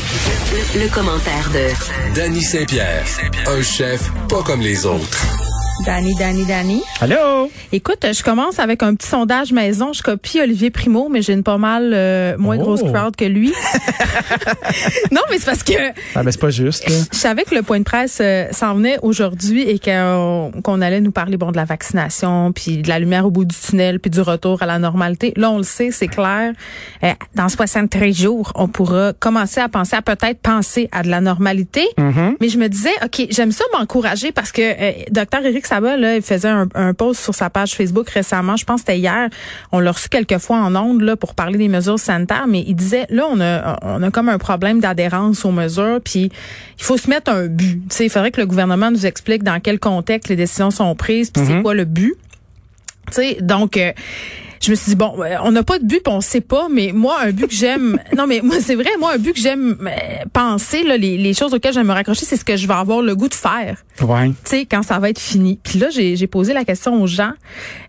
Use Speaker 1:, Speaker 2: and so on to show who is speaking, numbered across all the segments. Speaker 1: Le, le commentaire de
Speaker 2: Danny Saint-Pierre, un chef pas comme les autres.
Speaker 3: Danny, Danny, Danny.
Speaker 4: Allô?
Speaker 3: Écoute, je commence avec un petit sondage maison. Je copie Olivier Primo, mais j'ai une pas mal euh, moins
Speaker 4: Oh.
Speaker 3: grosse crowd que lui. non, mais c'est parce que
Speaker 4: Ah, mais c'est pas juste, là.
Speaker 3: je savais que le point de presse euh, s'en venait aujourd'hui et qu'on qu'on allait nous parler bon de la vaccination, puis de la lumière au bout du tunnel, puis du retour à la normalité. Là, on le sait, c'est clair. Euh, dans 73 jours, on pourra commencer à penser à peut-être penser à de la normalité. Mais je me disais, OK, j'aime ça m'encourager parce que euh, docteur Eric Sabat, là, il faisait un, un post sur sa page Facebook récemment, je pense que c'était hier, on l'a reçu quelques fois en ondes là, pour parler des mesures sanitaires, mais il disait, là, on a, on a comme un problème d'adhérence aux mesures, puis il faut se mettre un but. Tu sais, il faudrait que le gouvernement nous explique dans quel contexte les décisions sont prises, puis c'est quoi le but. Tu sais, donc... euh, je me suis dit bon, euh, on n'a pas de but, puis on sait pas, mais moi un but que j'aime, non mais moi c'est vrai, moi un but que j'aime euh, penser là, les, les choses auxquelles j'aime me raccrocher, c'est ce que je vais avoir le goût de faire
Speaker 4: Ouais.
Speaker 3: tu sais, quand ça va être fini. Puis là, j'ai j'ai posé la question aux gens,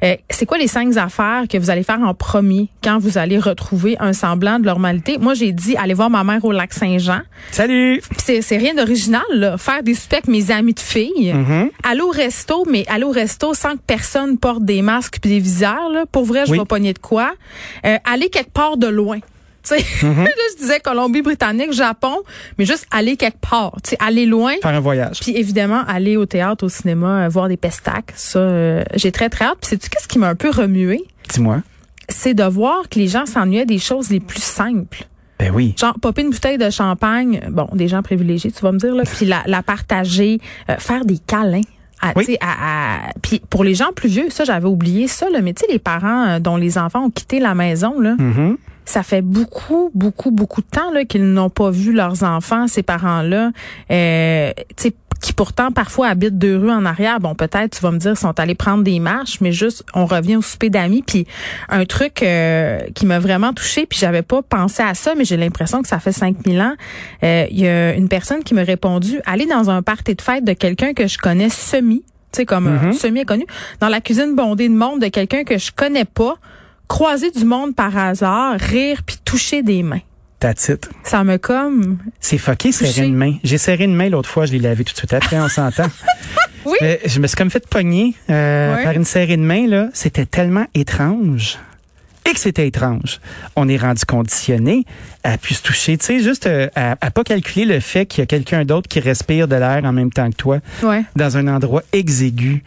Speaker 3: euh, c'est quoi les cinq affaires que vous allez faire en premier quand vous allez retrouver un semblant de normalité? Moi, j'ai dit, allez voir ma mère au lac Saint-Jean.
Speaker 4: Salut!
Speaker 3: Puis c'est c'est rien d'original, là. Faire des suspects avec mes amis de filles. Aller au resto, mais aller au resto sans que personne porte des masques puis des visières, là. Pour vrai, je
Speaker 4: Oui.
Speaker 3: vais pogner de quoi. Euh, aller quelque part de loin. Tu sais, là, je disais Colombie-Britannique, Japon, mais juste aller quelque part. Tu sais, aller loin.
Speaker 4: Faire un voyage.
Speaker 3: Puis évidemment, aller au théâtre, au cinéma, euh, voir des pestacs, ça, euh, j'ai très très hâte. Puis sais-tu qu'est-ce qui m'a un peu remué?
Speaker 4: Dis-moi.
Speaker 3: C'est de voir que les gens s'ennuyaient des choses les plus simples.
Speaker 4: Ben oui.
Speaker 3: Genre, popper une bouteille de champagne, bon, des gens privilégiés, tu vas me dire, là, puis la, la partager, euh, faire des câlins. À,
Speaker 4: Oui.
Speaker 3: tu sais, à, à- puis pour les gens plus vieux, ça, j'avais oublié ça, là, mais tu sais, les parents euh, dont les enfants ont quitté la maison, là, ça fait beaucoup, beaucoup, beaucoup de temps là, qu'ils n'ont pas vu leurs enfants, ces parents-là, euh, tu sais, qui pourtant parfois habitent deux rues en arrière. Bon, peut-être, tu vas me dire, sont allés prendre des marches, mais juste, on revient au souper d'amis. Puis un truc euh, qui m'a vraiment touchée, puis j'avais pas pensé à ça, mais j'ai l'impression que ça fait 5000 ans. Euh, Il y a une personne qui m'a répondu, aller dans un party de fête de quelqu'un que je connais semi, tu sais, comme un semi-inconnu, dans la cuisine bondée de monde de quelqu'un que je connais pas, croiser du monde par hasard, rire puis toucher des mains.
Speaker 4: Ta titre.
Speaker 3: Ça me comme
Speaker 4: C'est fucké,
Speaker 3: Touché.
Speaker 4: serrer une main. J'ai serré une main l'autre fois, je l'ai lavé tout de suite après, on s'entend.
Speaker 3: Oui.
Speaker 4: Euh, je me suis comme fait pogner euh,
Speaker 3: Ouais.
Speaker 4: par une serrée de main, là. C'était tellement étrange. Et que c'était étrange. On est rendu conditionné à puis se toucher, tu sais, juste euh, à, à pas calculer le fait qu'il y a quelqu'un d'autre qui respire de l'air en même temps que toi,
Speaker 3: ouais,
Speaker 4: dans un endroit exigu.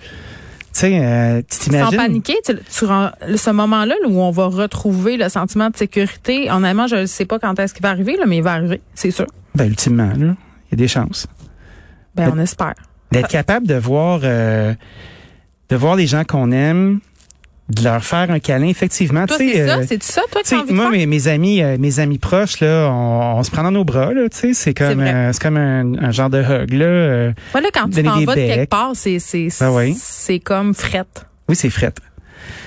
Speaker 4: Tu sais, euh, tu
Speaker 3: sans
Speaker 4: t'imagines.
Speaker 3: paniquer, tu, tu rends- ce moment-là là, où on va retrouver le sentiment de sécurité. Honnêtement, je ne sais pas quand est-ce qu'il va arriver là, mais il va arriver, c'est sûr.
Speaker 4: Ben, ultimement, là, il y a des chances.
Speaker 3: Ben on espère.
Speaker 4: d'être capable de voir euh, de voir les gens qu'on aime de leur faire un câlin effectivement
Speaker 3: Toi
Speaker 4: tu
Speaker 3: c'est
Speaker 4: sais
Speaker 3: ça,
Speaker 4: euh,
Speaker 3: c'est ça toi que t'as
Speaker 4: tu sais,
Speaker 3: envie de
Speaker 4: moi
Speaker 3: faire?
Speaker 4: mes, mes amis euh, mes amis proches là on, on se prend dans nos bras là tu sais c'est comme
Speaker 3: vrai.
Speaker 4: euh, c'est comme un, un genre de hug là euh,
Speaker 3: Moi, là, quand tu
Speaker 4: donner
Speaker 3: t'en
Speaker 4: des
Speaker 3: vas de
Speaker 4: becs.
Speaker 3: quelque part, c'est c'est
Speaker 4: Ah oui.
Speaker 3: c'est comme frette.
Speaker 4: oui c'est fret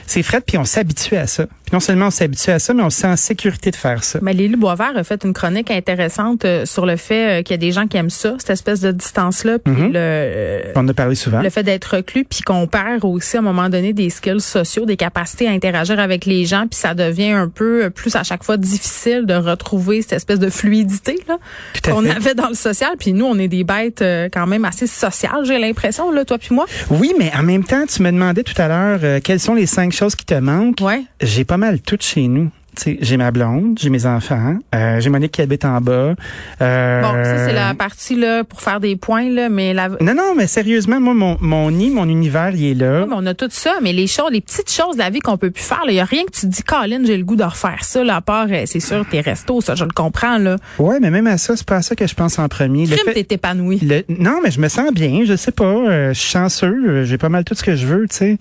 Speaker 4: c'est fret puis on s'habitue à ça puis non seulement on s'habitue à ça mais on se sent en sécurité de faire ça
Speaker 3: Mais Ben, Lily Boisvert a fait une chronique intéressante euh, sur le fait euh, qu'il y a des gens qui aiment ça, cette espèce de distance-là, puis
Speaker 4: Mhm.
Speaker 3: le, euh,
Speaker 4: on en a parlé souvent
Speaker 3: le fait d'être reclus, puis qu'on perd aussi à un moment donné des skills sociaux, des capacités à interagir avec les gens, puis ça devient un peu euh, plus à chaque fois difficile de retrouver cette espèce de fluidité là
Speaker 4: Tout à
Speaker 3: qu'on
Speaker 4: fait.
Speaker 3: avait dans le social. Puis nous, on est des bêtes euh, quand même assez sociales, j'ai l'impression, là, toi puis moi.
Speaker 4: oui mais en même temps tu me demandais tout à l'heure euh, quelles sont les cinq choses qui te manquent
Speaker 3: Ouais.
Speaker 4: j'ai pas mal tout chez nous. Tu sais, j'ai ma blonde, j'ai mes enfants, euh, j'ai Monique qui habite en bas. euh,
Speaker 3: Bon, ça c'est la partie là pour faire des points là, mais la,
Speaker 4: Non, non, mais sérieusement, moi, mon, mon nid, mon univers, il est là.
Speaker 3: Ouais, mais on a tout ça, mais les choses, les petites choses de la vie qu'on peut plus faire, il y a rien que tu te dis, Colin, j'ai le goût de refaire ça, là, à part, euh, c'est sûr, tes restos, ça, je le comprends, là.
Speaker 4: Ouais, mais même à ça, c'est pas à ça que je pense en premier. Le
Speaker 3: Crime,
Speaker 4: fait-
Speaker 3: t'es épanoui.
Speaker 4: le- non, mais je me sens bien, je sais pas, euh, je suis chanceux, euh, j'ai pas mal tout ce que je veux, tu sais.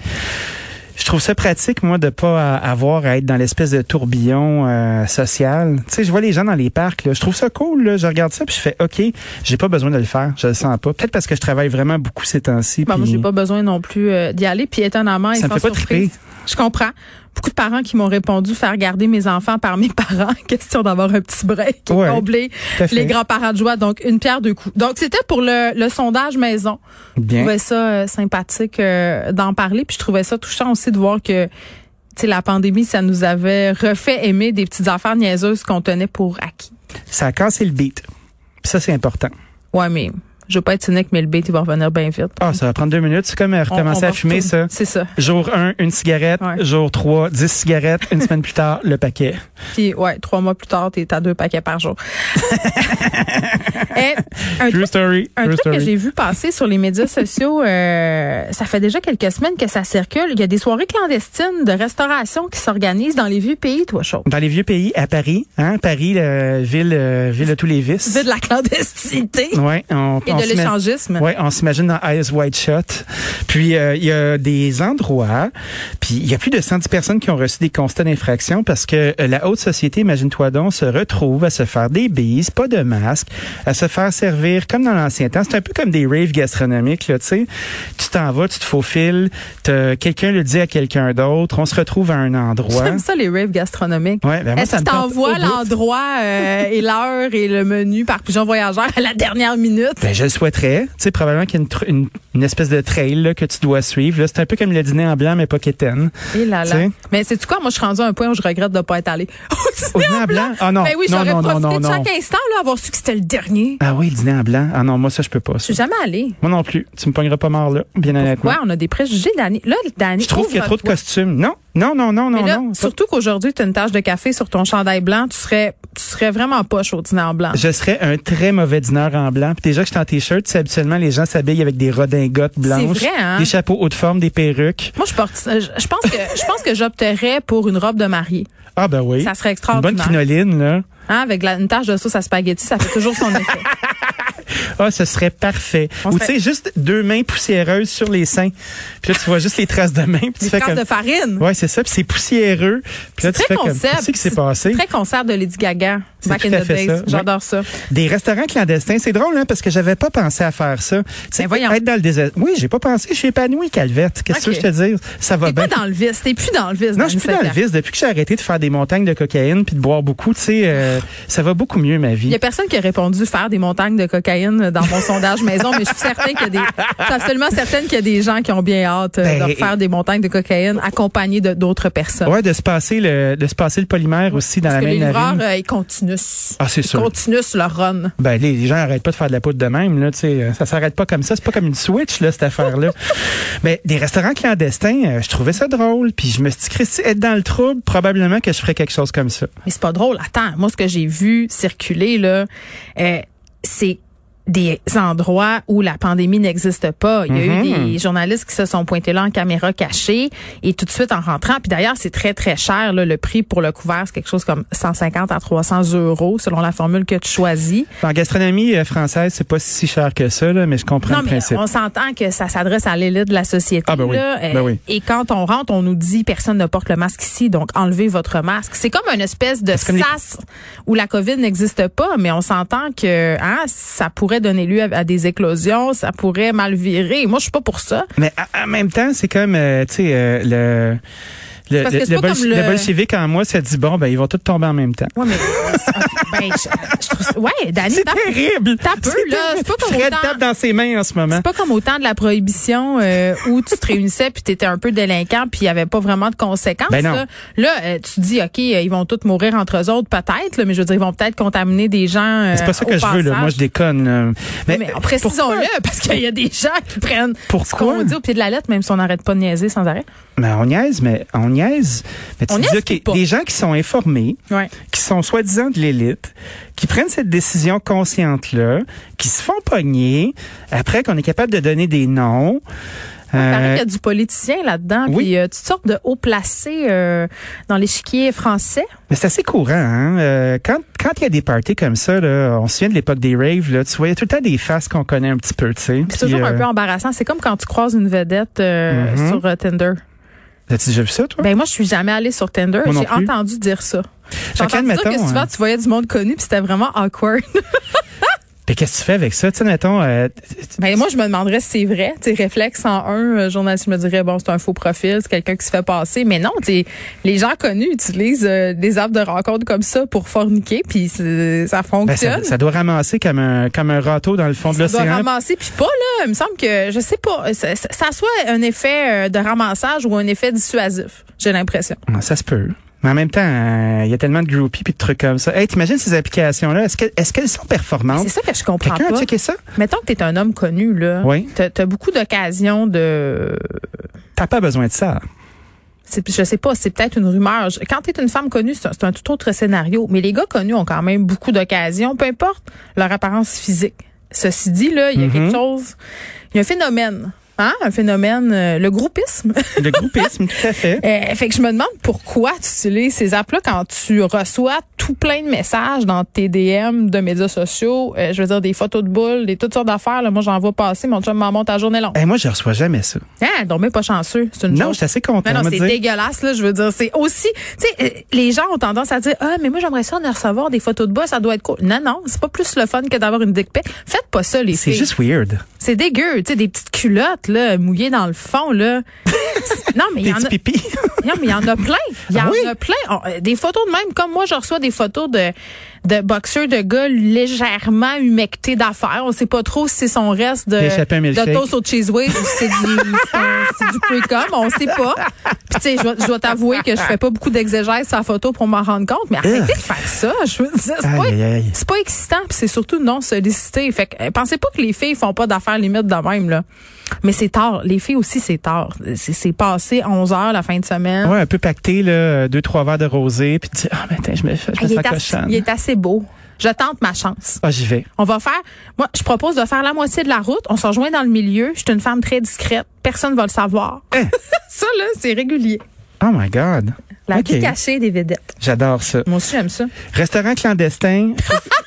Speaker 4: Je trouve ça pratique, moi, de pas a- avoir à être dans l'espèce de tourbillon euh, social. Tu sais, je vois les gens dans les parcs, là, je trouve ça cool, là, je regarde ça, puis je fais, OK, j'ai pas besoin de le faire, je le sens pas. Peut-être parce que je travaille vraiment beaucoup ces temps-ci.
Speaker 3: Bah, moi,
Speaker 4: puis-
Speaker 3: j'ai pas besoin non plus euh, d'y aller, puis étonnamment, ils
Speaker 4: Ça me
Speaker 3: sont
Speaker 4: fait pas
Speaker 3: surpris.
Speaker 4: triper.
Speaker 3: Je comprends. Beaucoup de parents qui m'ont répondu faire garder mes enfants par mes parents, question d'avoir un petit break et
Speaker 4: Ouais,
Speaker 3: combler
Speaker 4: tout à fait.
Speaker 3: les grands-parents de joie, donc une pierre deux coups. Donc c'était pour le, le sondage maison. Je
Speaker 4: Bien.
Speaker 3: trouvais ça euh, sympathique euh, d'en parler, puis je trouvais ça touchant aussi de voir que tu sais, la pandémie, ça nous avait refait aimer des petites affaires niaiseuses qu'on tenait pour acquis.
Speaker 4: Ça a cassé le beat. Puis ça, c'est important.
Speaker 3: Ouais, mais je veux pas être cynique, mais le bait, il va revenir bien vite.
Speaker 4: Ah, ça va prendre deux minutes. C'est comme euh,
Speaker 3: On- on
Speaker 4: recommencer
Speaker 3: va
Speaker 4: à fumer, ça.
Speaker 3: retourner- C'est ça.
Speaker 4: Jour 1, une cigarette.
Speaker 3: Ouais.
Speaker 4: Jour 3, 10 cigarettes. Une semaine plus tard, le paquet.
Speaker 3: Puis, ouais, trois mois plus tard, t'es à deux paquets par jour. Eh, un
Speaker 4: True story.
Speaker 3: Un
Speaker 4: true
Speaker 3: truc
Speaker 4: story.
Speaker 3: que j'ai vu passer sur les médias sociaux, euh, ça fait déjà quelques semaines que ça circule. Il y a des soirées clandestines de restauration qui s'organisent dans les vieux pays, toi, chaud.
Speaker 4: Dans les vieux pays, à Paris, hein, Paris, la ville, euh, ville de tous les vices.
Speaker 3: C'est de la clandestinité
Speaker 4: Ouais, on,
Speaker 3: et
Speaker 4: on
Speaker 3: de
Speaker 4: s'ima-
Speaker 3: l'échangisme.
Speaker 4: Ouais, on s'imagine dans Eyes Wide Shut. Puis euh, il y a des endroits, puis il y a plus de 110 personnes qui ont reçu des constats d'infraction parce que euh, la haute société, imagine-toi donc, se retrouve à se faire des bises, pas de masque, à se faire servir comme dans l'ancien temps. C'est un peu comme des raves gastronomiques, là, tu sais. Tu t'en vas, tu te faufiles, t'as- quelqu'un le dit à quelqu'un d'autre, on se retrouve à un endroit.
Speaker 3: J'aime ça, les raves gastronomiques.
Speaker 4: Ouais, ben moi,
Speaker 3: Est-ce
Speaker 4: ça
Speaker 3: que
Speaker 4: me
Speaker 3: tu
Speaker 4: tente
Speaker 3: t'envoies
Speaker 4: au bout.
Speaker 3: l'endroit euh, et l'heure et le menu par pigeon voyageur à la dernière minute?
Speaker 4: Ben, je le souhaiterais. Tu sais, probablement qu'il y a une, tr- une, une espèce de trail là, que tu dois suivre. là. C'est un peu comme le dîner en blanc, mais pas quétaine.
Speaker 3: Et Eh là là.
Speaker 4: T'sais.
Speaker 3: Mais c'est tu quoi? Moi, je suis rendue à un point où je regrette de ne pas être allée.
Speaker 4: Au dîner en blanc? Ah non,
Speaker 3: Ben oui,
Speaker 4: non,
Speaker 3: j'aurais
Speaker 4: non,
Speaker 3: profité
Speaker 4: non, non,
Speaker 3: de
Speaker 4: non.
Speaker 3: chaque instant, là, avoir su que c'était le dernier.
Speaker 4: Ah oui, le dîner en blanc. Ah non, moi, ça, je peux pas.
Speaker 3: Je suis
Speaker 4: ça.
Speaker 3: jamais allée.
Speaker 4: Moi non plus. Tu me pogneras pas mort, là, bien honnêtement.
Speaker 3: Ouais, on a des préjugés, Dani. Là, Dani,
Speaker 4: Je trouve qu'il y a trop de
Speaker 3: ouvre-toi.
Speaker 4: costumes. Non, non, non, non,
Speaker 3: Mais
Speaker 4: non,
Speaker 3: là,
Speaker 4: non.
Speaker 3: surtout qu'aujourd'hui, tu as une tache de café sur ton chandail blanc, tu serais, tu serais vraiment poche au dîner en blanc.
Speaker 4: Je serais un très mauvais dîneur en blanc. Puis déjà que je suis en t-shirt, tu sais, habituellement, les gens s'habillent avec des redingotes blanches.
Speaker 3: vrai, hein?
Speaker 4: Des chapeaux haute forme, des perruques.
Speaker 3: Moi, je, porte, euh, je je pense que je pense que j'opterais pour une robe de mariée.
Speaker 4: Ah ben oui.
Speaker 3: Ça serait
Speaker 4: Une bonne
Speaker 3: extraordinaire.
Speaker 4: crinoline, là.
Speaker 3: Hein, avec la- une tache de sauce à spaghetti, ça fait toujours son effet.
Speaker 4: Ah, ce serait parfait.
Speaker 3: On
Speaker 4: Ou
Speaker 3: fait-
Speaker 4: tu sais, juste deux mains poussiéreuses sur les seins. Puis là, tu vois juste les traces de mains. Puis tu
Speaker 3: Des
Speaker 4: fais
Speaker 3: traces
Speaker 4: comme...
Speaker 3: de farine.
Speaker 4: Ouais, c'est ça. Puis c'est poussiéreux. Puis là, tu
Speaker 3: Très
Speaker 4: fais comme...
Speaker 3: concept.
Speaker 4: Qu'est-ce qui s'est passé?
Speaker 3: Très concert de Lady Gaga,
Speaker 4: C'est
Speaker 3: back
Speaker 4: tout
Speaker 3: in
Speaker 4: à
Speaker 3: the
Speaker 4: fait
Speaker 3: days.
Speaker 4: ça.
Speaker 3: J'adore ça.
Speaker 4: Des restaurants clandestins, c'est drôle hein, parce que j'avais pas pensé à faire ça. Tu sais,
Speaker 3: Ben voyons.
Speaker 4: être dans le désert. Oui, j'ai pas pensé, je suis épanoui Calvette. Qu'est-ce
Speaker 3: Ok.
Speaker 4: que tu veux que je te dire Ça va
Speaker 3: T'es
Speaker 4: bien.
Speaker 3: pas dans le vice, t'es plus dans le vice.
Speaker 4: Non, je suis plus dans le vice depuis que j'ai arrêté de faire des montagnes de cocaïne puis de boire beaucoup, tu sais, euh, ça va beaucoup mieux ma
Speaker 3: Il y
Speaker 4: vie.
Speaker 3: a personne qui a répondu faire des montagnes de cocaïne dans mon sondage maison, mais je suis certaine qu'il y a des, je suis absolument certaine qu'il y a des gens qui ont bien hâte euh,
Speaker 4: Ben,
Speaker 3: de faire des montagnes de cocaïne accompagnées de d'autres personnes.
Speaker 4: Ouais, de se passer le de se passer le polymère aussi dans
Speaker 3: Parce
Speaker 4: la
Speaker 3: que les
Speaker 4: même
Speaker 3: livreurs,
Speaker 4: narine.
Speaker 3: euh, ils continuent.
Speaker 4: Ah, c'est
Speaker 3: Ils
Speaker 4: sûr.
Speaker 3: continuent leur run.
Speaker 4: Ben les, les gens arrêtent pas de faire de la poudre de même là, tu sais, euh, ça s'arrête pas comme ça, c'est pas comme une switch là cette affaire là. Mais des restaurants clandestins, euh, je trouvais ça drôle, puis je me suis dit Christy, être dans le trouble, probablement que je ferais quelque chose comme ça.
Speaker 3: Mais c'est pas drôle. Attends, moi, ce que j'ai vu circuler, là, euh, c'est des endroits où la pandémie n'existe pas. Il y a eu des journalistes qui se sont pointés là en caméra cachée et tout de suite en rentrant. Puis d'ailleurs, c'est très, très cher. Là, le prix pour le couvert, c'est quelque chose comme 150 à 300 euros selon la formule que tu choisis.
Speaker 4: En gastronomie euh, française, c'est pas si cher que ça, là, mais je comprends
Speaker 3: Non,
Speaker 4: le
Speaker 3: mais
Speaker 4: principe.
Speaker 3: on s'entend que ça s'adresse à l'élite de la société.
Speaker 4: Ah, ben oui.
Speaker 3: là.
Speaker 4: Ben
Speaker 3: Euh,
Speaker 4: oui.
Speaker 3: Et quand on rentre, on nous dit personne ne porte le masque ici, donc enlevez votre masque. C'est comme une espèce de
Speaker 4: comme les-
Speaker 3: sas où la COVID n'existe pas, mais on s'entend que hein, ça pourrait donner lieu à, à des éclosions, ça pourrait mal virer. Moi, je suis pas pour ça.
Speaker 4: Mais en- en même temps, c'est comme, euh, tu sais, euh, le... Le,
Speaker 3: parce
Speaker 4: le,
Speaker 3: que c'est
Speaker 4: le
Speaker 3: pas comme le-
Speaker 4: le bolchevique en moi s'est dit, bon, ben, ils vont tous tomber en même temps.
Speaker 3: Ouais, mais ben, je, je trouve ça- ouais, Danny,
Speaker 4: C'est
Speaker 3: t'as-
Speaker 4: terrible!
Speaker 3: tape peu,
Speaker 4: C'est
Speaker 3: là,
Speaker 4: terrible.
Speaker 3: c'est pas comme
Speaker 4: Fred
Speaker 3: autant-
Speaker 4: tape dans ses mains en ce moment.
Speaker 3: C'est pas comme au temps de la prohibition euh, où tu te réunissais puis t'étais un peu délinquant puis il y avait pas vraiment de conséquences.
Speaker 4: Ben non.
Speaker 3: là, Là, euh, tu te dis ok, euh, ils vont tous mourir entre eux autres peut-être, là, mais je veux dire ils vont peut-être contaminer des gens. euh,
Speaker 4: C'est pas ça
Speaker 3: au
Speaker 4: que je veux, là.
Speaker 3: passage.
Speaker 4: Moi, je déconne. là.
Speaker 3: Mais, précisons-le parce qu'il y a des gens qui prennent ce
Speaker 4: Pourquoi?
Speaker 3: qu'on dit au pied de la lettre même si on n'arrête pas de niaiser sans arrêt.
Speaker 4: Mais on niaise, mais on niaise. Mais tu
Speaker 3: On
Speaker 4: dis,
Speaker 3: niaise
Speaker 4: OK,
Speaker 3: ou pas?
Speaker 4: des gens qui sont informés,
Speaker 3: Ouais.
Speaker 4: qui sont soi-disant de l'élite, qui prennent cette décision consciente-là, qui se font pogner, après qu'on est capable de donner des noms.
Speaker 3: Il paraît
Speaker 4: Euh,
Speaker 3: qu'il y a du politicien là-dedans,
Speaker 4: oui.
Speaker 3: puis euh, toutes sortes de hauts placés euh, dans l'échiquier français.
Speaker 4: mais c'est assez courant, hein? Euh, quand quand il y a des parties comme ça, là, on se souvient de l'époque des raves, là, tu voyais tout le temps des faces qu'on connaît un petit peu, tu sais. euh,
Speaker 3: C'est toujours un peu embarrassant. C'est comme quand tu croises une vedette euh,
Speaker 4: Mhm.
Speaker 3: sur euh, Tinder.
Speaker 4: As-tu déjà vu ça, toi?
Speaker 3: Ben moi, je suis jamais allée sur Tinder.
Speaker 4: Hein? Moi non
Speaker 3: J'ai
Speaker 4: plus.
Speaker 3: entendu dire ça. J'ai
Speaker 4: Chacun,
Speaker 3: entendu dire que
Speaker 4: mettons,
Speaker 3: souvent,
Speaker 4: hein.
Speaker 3: tu voyais du monde connu, puis c'était vraiment awkward.
Speaker 4: Mais qu'est-ce que tu fais avec ça? Tu sais, mettons, euh,
Speaker 3: Ben moi, je me demanderais si c'est vrai. Tu sais, réflexe en un, euh, journaliste, je me dirais, bon, c'est un faux profil, c'est quelqu'un qui se fait passer. Mais non, tu sais, les gens connus utilisent euh, des apps de rencontre comme ça pour forniquer, puis c'est- ça
Speaker 4: ben,
Speaker 3: fonctionne.
Speaker 4: ça, ça doit ramasser comme un, comme un râteau dans le fond de
Speaker 3: Ça doit
Speaker 4: l'océan.
Speaker 3: ramasser puis pas là, il me semble que je sais pas, ça, ça- ça soit un effet euh, de ramassage ou un effet dissuasif, j'ai l'impression.
Speaker 4: Ah, Ça se peut. Mais en même temps, euh, il y a tellement de groupies puis de trucs comme ça. Hey, t'imagines ces applications-là? Est-ce que- est-ce qu'elles sont performantes?
Speaker 3: C'est ça que je comprends
Speaker 4: Quelqu'un a
Speaker 3: pas.
Speaker 4: checké ça?
Speaker 3: Mettons que t'es un homme connu, là.
Speaker 4: Oui.
Speaker 3: T'as t'as beaucoup d'occasions de...
Speaker 4: T'as pas besoin de ça.
Speaker 3: c'est- Je sais pas, c'est peut-être une rumeur. Je- Quand t'es une femme connue, c'est un, c'est un tout autre scénario. Mais les gars connus ont quand même beaucoup d'occasions, peu importe leur apparence physique. Ceci dit, là, il y a quelque chose... Il y a un phénomène. Hein? Un phénomène... euh, le groupisme.
Speaker 4: Le groupisme, tout à fait.
Speaker 3: Euh, fait que je me demande pourquoi tu utilises ces apps-là quand tu reçois tout plein de messages dans tes DM de médias sociaux. Euh, je veux dire, des photos de boules, des toutes sortes d'affaires. là. Moi, j'en vois passer. Mon chum m'en monte à journée longue.
Speaker 4: Hey, moi, je reçois jamais ça.
Speaker 3: Hein, donc, mais pas chanceux. C'est une
Speaker 4: Non,
Speaker 3: chose.
Speaker 4: je suis assez content.
Speaker 3: Non, non,
Speaker 4: on va
Speaker 3: c'est
Speaker 4: dire.
Speaker 3: dégueulasse, là, je veux dire. C'est aussi, tu sais, euh, les gens ont tendance à dire, ah, mais moi, j'aimerais ça en recevoir des photos de bas, ça doit être cool. Non, non, c'est pas plus le fun que d'avoir une dick pic. Faites pas ça, les
Speaker 4: C'est
Speaker 3: filles.
Speaker 4: juste weird.
Speaker 3: C'est dégueu, tu sais, des petites culottes, là, mouillées dans le fond, là. non, mais il y
Speaker 4: Des
Speaker 3: en
Speaker 4: petits
Speaker 3: a.
Speaker 4: pipis.
Speaker 3: Non, mais il y en a plein. Il y en
Speaker 4: Ah oui?
Speaker 3: a plein. On- euh, des photos de même, comme moi, je reçois des photos de, de boxeurs, de gars légèrement humectés d'affaires. On sait pas trop si c'est son reste de,
Speaker 4: Il a échappé un milkshake.
Speaker 3: de toast au cheese whiz ou si c'est du, c'est un- c'est du pre-com. On sait pas. Puis, tu sais, je dois- je dois t'avouer que je fais pas beaucoup d'exégèse sur la photo pour m'en rendre compte, mais arrêtez de faire ça. Je veux dire, c'est pas,
Speaker 4: Aïe, aïe, aïe.
Speaker 3: c'est pas excitant, puis c'est surtout non sollicité. Fait que euh, pensez pas que les filles font pas d'affaires limites de même là. Mais c'est tard. Les filles aussi, c'est tard. C'est c'est passé 11 heures la fin de semaine.
Speaker 4: Ouais, un peu pacté, là, deux, trois verres de rosé, puis tu dis, ah, mais attends, je me, je
Speaker 3: Ah,
Speaker 4: me
Speaker 3: il,
Speaker 4: sens
Speaker 3: est assez, il
Speaker 4: cochonne.
Speaker 3: est assez beau. Je tente ma chance.
Speaker 4: Ah, j'y vais.
Speaker 3: On va faire. Moi, je propose de faire la moitié de la route. On se rejoint dans le milieu. Je suis une femme très discrète. Personne va le savoir.
Speaker 4: Hein?
Speaker 3: ça là, c'est régulier.
Speaker 4: Oh my God.
Speaker 3: La
Speaker 4: Ok.
Speaker 3: vie cachée des vedettes.
Speaker 4: J'adore ça.
Speaker 3: Moi aussi j'aime ça.
Speaker 4: Restaurant clandestin,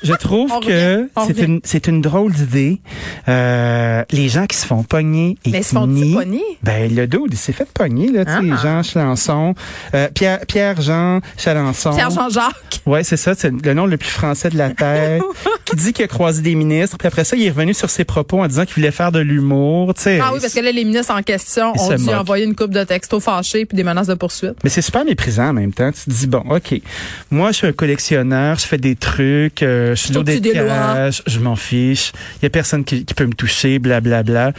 Speaker 4: je trouve
Speaker 3: On
Speaker 4: que
Speaker 3: revient, on
Speaker 4: c'est
Speaker 3: revient.
Speaker 4: une, c'est une drôle d'idée. Euh, les gens qui se font pogner et
Speaker 3: Mais ils
Speaker 4: qui
Speaker 3: se font
Speaker 4: nient,
Speaker 3: pogner.
Speaker 4: Ben, le dude, il s'est fait pogner, là, tu sais,
Speaker 3: Ah.
Speaker 4: Jean Chalençon, euh, Pierre, Pierre-Jean Chalençon.
Speaker 3: Pierre Jean-Jacques.
Speaker 4: Ouais, c'est ça, c'est le nom le plus français de la terre, qui dit qu'il a croisé des ministres, puis après ça, il est revenu sur ses propos en disant qu'il voulait faire de l'humour, tu sais.
Speaker 3: Ah oui, parce que là, les ministres en question
Speaker 4: Ils
Speaker 3: ont
Speaker 4: se
Speaker 3: dû
Speaker 4: moquent.
Speaker 3: envoyer une coupe de textos fâchés puis des menaces de poursuite.
Speaker 4: Mais c'est super méprisant en même temps. Tu te dis, bon, OK, moi, je suis un collectionneur, je fais des trucs, euh, je suis dans
Speaker 3: Au-dessus
Speaker 4: des
Speaker 3: des lois.
Speaker 4: cages, je m'en fiche, il y a personne qui, qui peut me toucher, blablabla.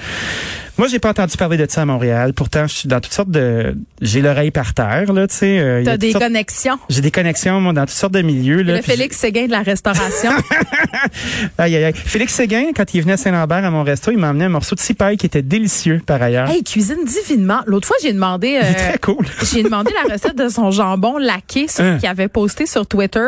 Speaker 4: Moi, j'ai pas entendu parler de ça à Montréal. Pourtant, je suis dans toutes sortes de... J'ai l'oreille par terre, là, tu sais. euh, il y
Speaker 3: T'as
Speaker 4: a toutes
Speaker 3: des
Speaker 4: sortes-
Speaker 3: connexions.
Speaker 4: J'ai des connexions, moi, dans toutes sortes de milieux. Là,
Speaker 3: Le
Speaker 4: puis
Speaker 3: Félix Séguin de la restauration.
Speaker 4: j'ai- aïe, aïe, aïe. Félix Séguin, quand il venait à Saint-Lambert, à mon resto, il m'a emmené un morceau de cipaille qui était délicieux, par ailleurs.
Speaker 3: hey, il cuisine divinement. L'autre fois, j'ai demandé.
Speaker 4: Il est
Speaker 3: euh,
Speaker 4: très cool.
Speaker 3: J'ai demandé la recette de son jambon laqué, ce
Speaker 4: Hein.
Speaker 3: qu'il avait posté sur Twitter.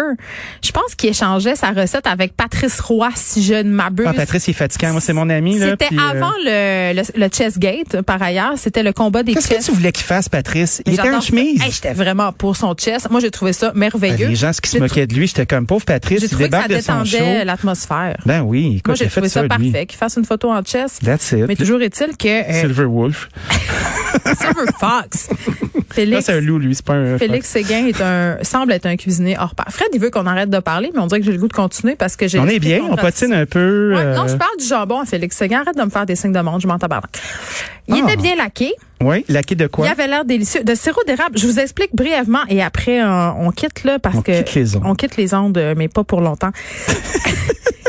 Speaker 3: Je pense qu'il échangeait sa recette avec Patrice Roy, si je ne m'abuse.
Speaker 4: Ah, Patrice, il est fatigant. Moi, c'est mon ami. là,
Speaker 3: C'était
Speaker 4: puis, euh,
Speaker 3: avant le, le, le Chessgate, par ailleurs. C'était le combat des
Speaker 4: Qu'est-ce que
Speaker 3: chess.
Speaker 4: tu voulais qu'il fasse, Patrice? Il
Speaker 3: Mais
Speaker 4: était en
Speaker 3: j'adore ça.
Speaker 4: chemise.
Speaker 3: Hey, J'étais vraiment pour son chess. Moi, j'ai trouvé ça
Speaker 4: Ben,
Speaker 3: merveilleux.
Speaker 4: les gens ce qui se
Speaker 3: J'ai
Speaker 4: moquaient de lui, j'étais comme pauvre Patrice,
Speaker 3: J'ai
Speaker 4: il
Speaker 3: trouvé que ça
Speaker 4: débarque de son show.
Speaker 3: détendait l'atmosphère.
Speaker 4: Ben oui, écoute,
Speaker 3: Moi,
Speaker 4: il
Speaker 3: j'ai
Speaker 4: a fait
Speaker 3: trouvé ça,
Speaker 4: ça, lui.
Speaker 3: parfait. Qu'il fasse une photo en chess.
Speaker 4: That's it.
Speaker 3: Mais toujours est-il que euh,
Speaker 4: Silver Wolf.
Speaker 3: Silver Fox,
Speaker 4: Là,
Speaker 3: Félix,
Speaker 4: c'est un loup, lui, c'est pas un.
Speaker 3: Félix Séguin est un, semble être un cuisinier hors pair. Fred, il veut qu'on arrête de parler, mais on dirait que j'ai le goût de continuer parce que j'ai.
Speaker 4: On est bien, on patine un peu.
Speaker 3: Ouais, non,
Speaker 4: euh,
Speaker 3: je parle du jambon à Félix Séguin. Arrête de me faire des signes de monde, je m'en tabarnak. Il
Speaker 4: Ah.
Speaker 3: était bien laqué.
Speaker 4: ouais, laqué de quoi?
Speaker 3: Il avait l'air délicieux. De sirop d'érable, je vous explique brièvement et après, euh, on quitte là parce
Speaker 4: On
Speaker 3: que.
Speaker 4: quitte les ondes.
Speaker 3: On quitte les ondes, euh, mais pas pour longtemps.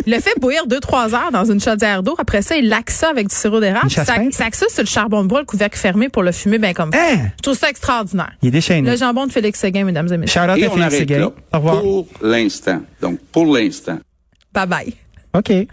Speaker 3: Il le fait bouillir 2-3 heures dans une chaudière d'eau. Après ça, il laque ça avec du sirop d'érable.
Speaker 4: Une
Speaker 3: Ça,
Speaker 4: chasse peinte?
Speaker 3: ça que ça sur le charbon de bois, le couvercle fermé pour le fumer bien comme ça.
Speaker 4: Hein?
Speaker 3: Je trouve ça extraordinaire.
Speaker 4: Il est déchaîné.
Speaker 3: Le jambon de Félix Séguin, mesdames et messieurs.
Speaker 4: Charlotte
Speaker 1: Et
Speaker 4: à
Speaker 1: on
Speaker 4: Félix
Speaker 1: arrête
Speaker 4: Séguin.
Speaker 1: là
Speaker 4: Au revoir.
Speaker 1: pour l'instant. Donc, pour l'instant.
Speaker 3: Bye bye.
Speaker 4: OK.